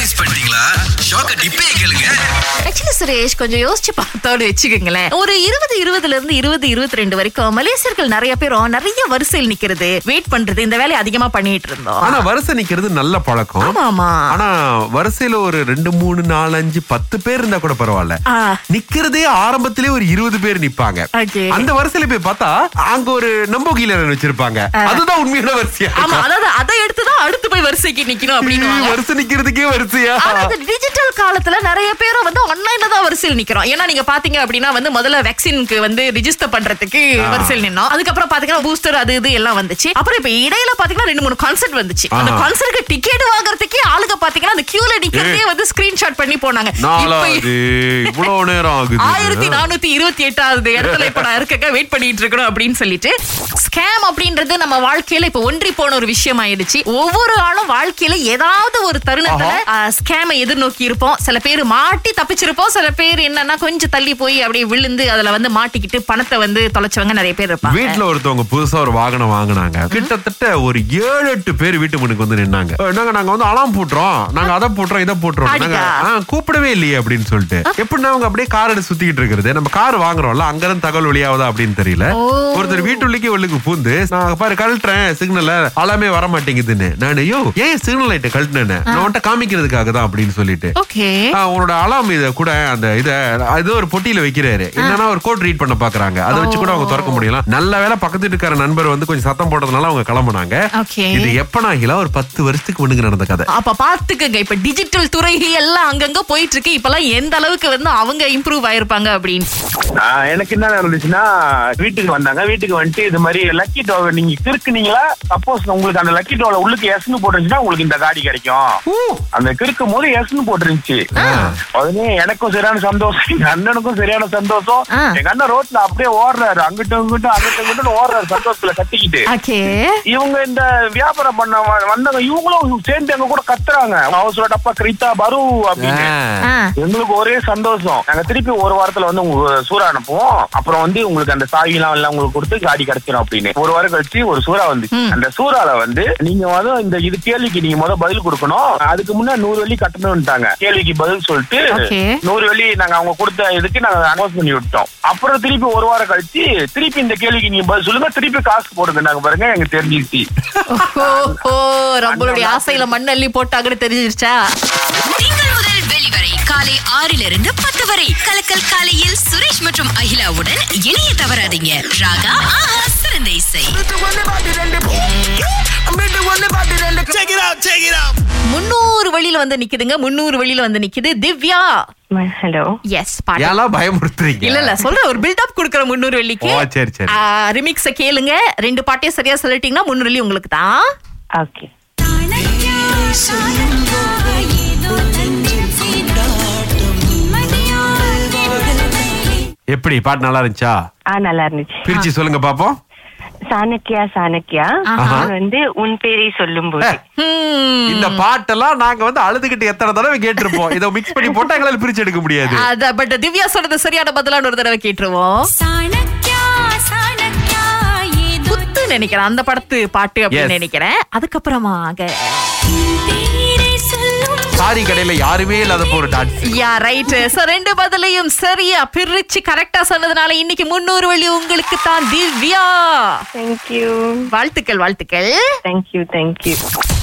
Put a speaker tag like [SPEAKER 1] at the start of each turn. [SPEAKER 1] Miss பண்ணிட்டீங்களா ஷாக்க டிப்பே கேளுங்க
[SPEAKER 2] ஆக்சுவலி சுரேஷ் கொஞ்சம் யோசிச்சு பார்த்தோன்னு வச்சுக்கோங்களேன் ஒரு இருபது இருபதுல இருந்து இருபது இருபத்தி ரெண்டு வரைக்கும் மலேசியர்கள் நிறைய பேரும் நிறைய வரிசையில் நிக்கிறது வெயிட் பண்றது இந்த வேலையை அதிகமா பண்ணிட்டு இருந்தோம்
[SPEAKER 3] ஆனா வரிசை நிக்கிறது நல்ல பழக்கம்
[SPEAKER 2] ஆமா ஆமா
[SPEAKER 3] ஆனா வரிசையில ஒரு ரெண்டு மூணு நாலு அஞ்சு பத்து பேர் இருந்தா கூட பரவாயில்ல
[SPEAKER 2] ஆ.
[SPEAKER 3] நிக்கிறதே ஆரம்பத்திலே ஒரு இருபது பேர் நிப்பாங்க
[SPEAKER 2] Okay.
[SPEAKER 3] அந்த வரிசையில போய் பார்த்தா அங்க ஒரு நம்பகீலரன் வச்சிருப்பாங்க அதுதான் உண்மையான வரிசையா
[SPEAKER 2] ஆமா அதாவது அதை எடுத்துதான் அடுத்து போய் வரிசைக்கு நிக்கணும் அப்படின்னு
[SPEAKER 3] ஐயோ, வரிசை நிக்கிறதுக்கே வரிசையா
[SPEAKER 2] ஆனா இந்த டிஜிட்டல் காலத்துல நிறைய பேரும் வந்து ஆன்லைன்ல தான் வரிசையில் நிக்கிறோம் ஏன்னா நீங்க பாத்தீங்க அப்படின்னா வந்து முதல்ல வேக்சினுக்கு வந்து ரிஜிஸ்டர் பண்றதுக்கு வரிசையில் நின்னோம் அதுக்கப்புறம் பாத்தீங்கன்னா பூஸ்டர் அது இது எல்லாம் வந்துச்சு அப்புறம் இப்ப இடையில பாத்தீங்கன்னா ரெண்டு மூணு கான்சர்ட் வந்துச்சு அந்த
[SPEAKER 3] ஆஹா.
[SPEAKER 2] கான்சர்ட்க்கு டிக்கெட் வாங்குறதுக்கே ஆளுங்க பாத்தீங்கன்னா அந்த கியூல நிக்கிறதே வந்து ஸ்கிரீன்ஷாட் பண்ணி போனாங்க இப்ப
[SPEAKER 3] நாலாவது இவ்வளவு நேரம் ஆகுது
[SPEAKER 2] ஆயிரத்தி நானூத்தி இருபத்தி எட்டாவது இடத்துல இப்ப நான் இருக்கக்க வெயிட் பண்ணிட்டு இருக்கணும் அப்படின்னு சொல்லிட்டு ஸ்கேம் அப்படின்றது நம்ம வாழ்க்கையில இப்ப ஒன்றி போன ஒரு விஷயம் ஆயிடுச்சு ஒவ்வொரு ஆளும் வாழ்க்கையில ஏதாவது ஒரு தருணத்துல ஸ்கேமை எதிர்நோக்கி இருப்போம் சில பேர் மாட்டி தப்பிச்சிருப்போம் சில பேர் என்னன்னா கொஞ்சம் தள்ளி போய் அப்படியே விழுந்து அதுல வந்து மாட்டிக்கிட்டு பணத்தை வந்து தொலைச்சவங்க நிறைய பேர் இருப்பாங்க
[SPEAKER 3] வீட்ல ஒருத்தவங்க புதுசா ஒரு வாகனம் வாங்குனாங்க கிட்டத்தட்ட ஒரு ஏழு எட்டு பேர் வீட்டு முன்னுக்கு வந்து நின்னாங்க "அஹ், நாங்க நாங்க வந்து அலாம் போட்டுறோம் நாங்க அதை போட்டுறோம் இதை போட்டுறோம் நாங்க
[SPEAKER 2] அடிடா.
[SPEAKER 3] ஆ, கூப்பிடவே இல்லையே அப்படின்னு சொல்லிட்டு எப்படின்னா அவங்க அப்படியே கார் எடுத்து சுத்திக்கிட்டு இருக்கிறது நம்ம கார் வாங்குறோம்ல அங்கிருந்து தகவல் வெளியாவதா அப்படின்னு தெரியல
[SPEAKER 2] ஓ.
[SPEAKER 3] ஒருத்தர் வீட்டுள்ளிக்கே உள்ளுக்கு பூந்து நான் பாரு கழட்டுறேன் சிக்னல்ல ஆளாமே வர மாட்டேங்குதுன்னு நான் ஐயோ ஏன் சிக்னல் லைட்டை கழட்டினேன்னு நான் உன்ட்ட காமிக்கிறதுக்காக தான் அப்படின்னு சொல்லிட்டு
[SPEAKER 2] ஓகே
[SPEAKER 3] ஆ, உன்னோட அலாம் இத கூட அந்த இத அது ஒரு பொட்டியில வைக்கிறாரு என்னன்னா ஒரு கோட் ரீட் பண்ண பாக்குறாங்க அதை வச்சு கூட அவங்க திறக்க முடியல நல்ல வேளை பக்கத்து வீட்டுக்கார நண்பர் வந்து கொஞ்சம் சத்தம் போட்டதுனால அவங்க கிளம்புனாங்க
[SPEAKER 2] Okay.
[SPEAKER 3] இது எப்பனா ஒரு பத்து வருஷத்துக்கு முன்னுக்கு நடந்த கதை
[SPEAKER 2] அப்ப பாத்துக்கங்க இப்ப டிஜிட்டல் துறை எல்லாம் அங்கங்க போயிட்டு இருக்கு இப்பெல்லாம் எந்த அளவுக்கு வந்து அவங்க இம்ப்ரூவ் ஆயிருப்பாங்க அப்படின்னு
[SPEAKER 4] ஆஹ் எனக்கு என்ன நடந்துச்சுன்னா வீட்டுக்கு வந்தாங்க வீட்டுக்கு வந்துட்டு இது மாதிரி லக்கி டோவை நீங்க கிறுக்குனீங்களா சப்போஸ் உங்களுக்கு அந்த லக்கி டோல உள்ளுக்கு எஸ்னு போட்டுருந்துச்சுன்னா உங்களுக்கு இந்த காடி கிடைக்கும் அந்த கிறுக்கும் போது எஸ்னு போட்டுருந்துச்சு உடனே எனக்கும் சரியான சந்தோஷம் எங்க அண்ணனுக்கும் சரியான சந்தோஷம்
[SPEAKER 2] ஆ.
[SPEAKER 4] எங்க அண்ணன் ரோட்ல அப்படியே ஓடுறாரு அங்கிட்டும் இங்கிட்டும் அங்கிட்டும் இங்கிட்டும் ஓடுறாரு சந்தோஷத்துல கத்திக்கிட்டு
[SPEAKER 2] ஓகே
[SPEAKER 4] இவங்க இந்த வியாபாரம் பண்ண வ- வந்தவங்க இவங்களும் சேர்ந்து எங்க கூட கத்துறாங்க அவசர டப்பா கிரித்தா பரு அப்படின்னு
[SPEAKER 2] ஆ
[SPEAKER 4] எங்களுக்கு ஒரே சந்தோஷம் நாங்க திருப்பி ஒரு வாரத்துல வந்து உங்களுக்கு சூறா அனுப்புவோம் அப்புறம் வந்து உங்களுக்கு அந்த சாவி எல்லாம் எல்லாம் உங்களுக்கு கொடுத்து காடி கிடைச்சிடும் அப்படின்னு ஒரு வாரம் கழிச்சு ஒரு சூறா வந்து
[SPEAKER 2] ம்.
[SPEAKER 4] அந்த சூறால வந்து நீங்க வந்து இந்த இது கேள்விக்கு நீங்க முத பதில் கொடுக்கணும் அதுக்கு முன்னாடி நூறு வெள்ளி கட்டணும்ட்டாங்க கேள்விக்கு பதில் சொல்லிட்டு
[SPEAKER 2] Okay.
[SPEAKER 4] நூறு வெள்ளி நாங்க அவங்க கொடுத்த இதுக்கு நாங்க அனௌன்ஸ் பண்ணி விட்டோம் அப்புறம் திருப்பி ஒரு வாரம் கழிச்சு திருப்பி இந்த கேள்விக்கு நீங்க பதில் சொல்லுங்க திருப்பி காசு போடுங்க நாங்க பாருங்க எனக்கு தெரிஞ்சிருச்சு
[SPEAKER 2] ஓஹோ நம்மளுடைய ஆசையில மண்ணள்ளி போட்டாங்கன்னு தெரிஞ்சிருச்சா
[SPEAKER 5] திங்கள் முதல் வெளிவரை காலை ஆறிலிருந்து பத்து வரை கலக்கல் காலையில் சுரேஷ் மற்றும் அகிலாவுடன் இணைய தவறாதீங்க ராகா ஆஹா சிறந்த இசை
[SPEAKER 2] முன்னூறு வழியில வந்து நிக்குதுங்க முன்னூறு வழியில வந்து நிக்குது திவ்யா
[SPEAKER 6] ஹலோ
[SPEAKER 2] எஸ் பாட்டு
[SPEAKER 3] ஏன்லாம் பயமுறுத்துறீங்க
[SPEAKER 2] இல்ல இல்ல சொல்ற ஒரு பில்டப் குடுக்கற முன்னூறு வெள்ளிக்கு
[SPEAKER 3] ஓ, சரி, சரி.
[SPEAKER 2] ரிமிக்ஸ கேளுங்க ரெண்டு பாட்டையும் சரியா சொல்லிட்டீங்கன்னா முன்னூறு வெள்ளி உங்களுக்கு தான்
[SPEAKER 6] ஓகே
[SPEAKER 3] எப்படி பாட்டு நல்லா இருந்துச்சா
[SPEAKER 6] ஆ நல்லா இருந்துச்சு
[SPEAKER 3] பிரிச்சு சொல்லுங்க பாப்போம்
[SPEAKER 6] சாணக்கியா சாணக்கியா
[SPEAKER 2] ஆஹா.
[SPEAKER 6] நான் வந்து உன் பேரை சொல்லும்போது
[SPEAKER 2] ஹம்.
[SPEAKER 3] இந்த பாட்டெல்லாம் நாங்க வந்து அழுதுகிட்டு எத்தனை தடவை கேட்டிருப்போம் இதை மிக்ஸ் பண்ணி போட்டா எங்களால பிரிச்சு எடுக்க முடியாது
[SPEAKER 2] அத பட் திவ்யா சொல்றது சரியான பதிலான ஒரு தடவை கேட்டுருவோம் குத்து நினைக்கிறேன் அந்த படத்து பாட்டு
[SPEAKER 3] Yes.
[SPEAKER 2] அப்படின்னு நினைக்கிறேன் அதுக்கப்புறமாக
[SPEAKER 3] சாரி கடையில யாருமே இல்லாத போற டான்ஸ்
[SPEAKER 2] யா ரைட் சோ ரெண்டு பதிலையும் சரியா பிரிச்சு கரெக்டா சொன்னதுனால இன்னைக்கு 300 வழி உங்களுக்கு தான் திவ்யா
[SPEAKER 6] தேங்க்யூ
[SPEAKER 2] வாழ்த்துக்கள் வாழ்த்துக்கள்
[SPEAKER 6] தேங்க்யூ தேங்க்யூ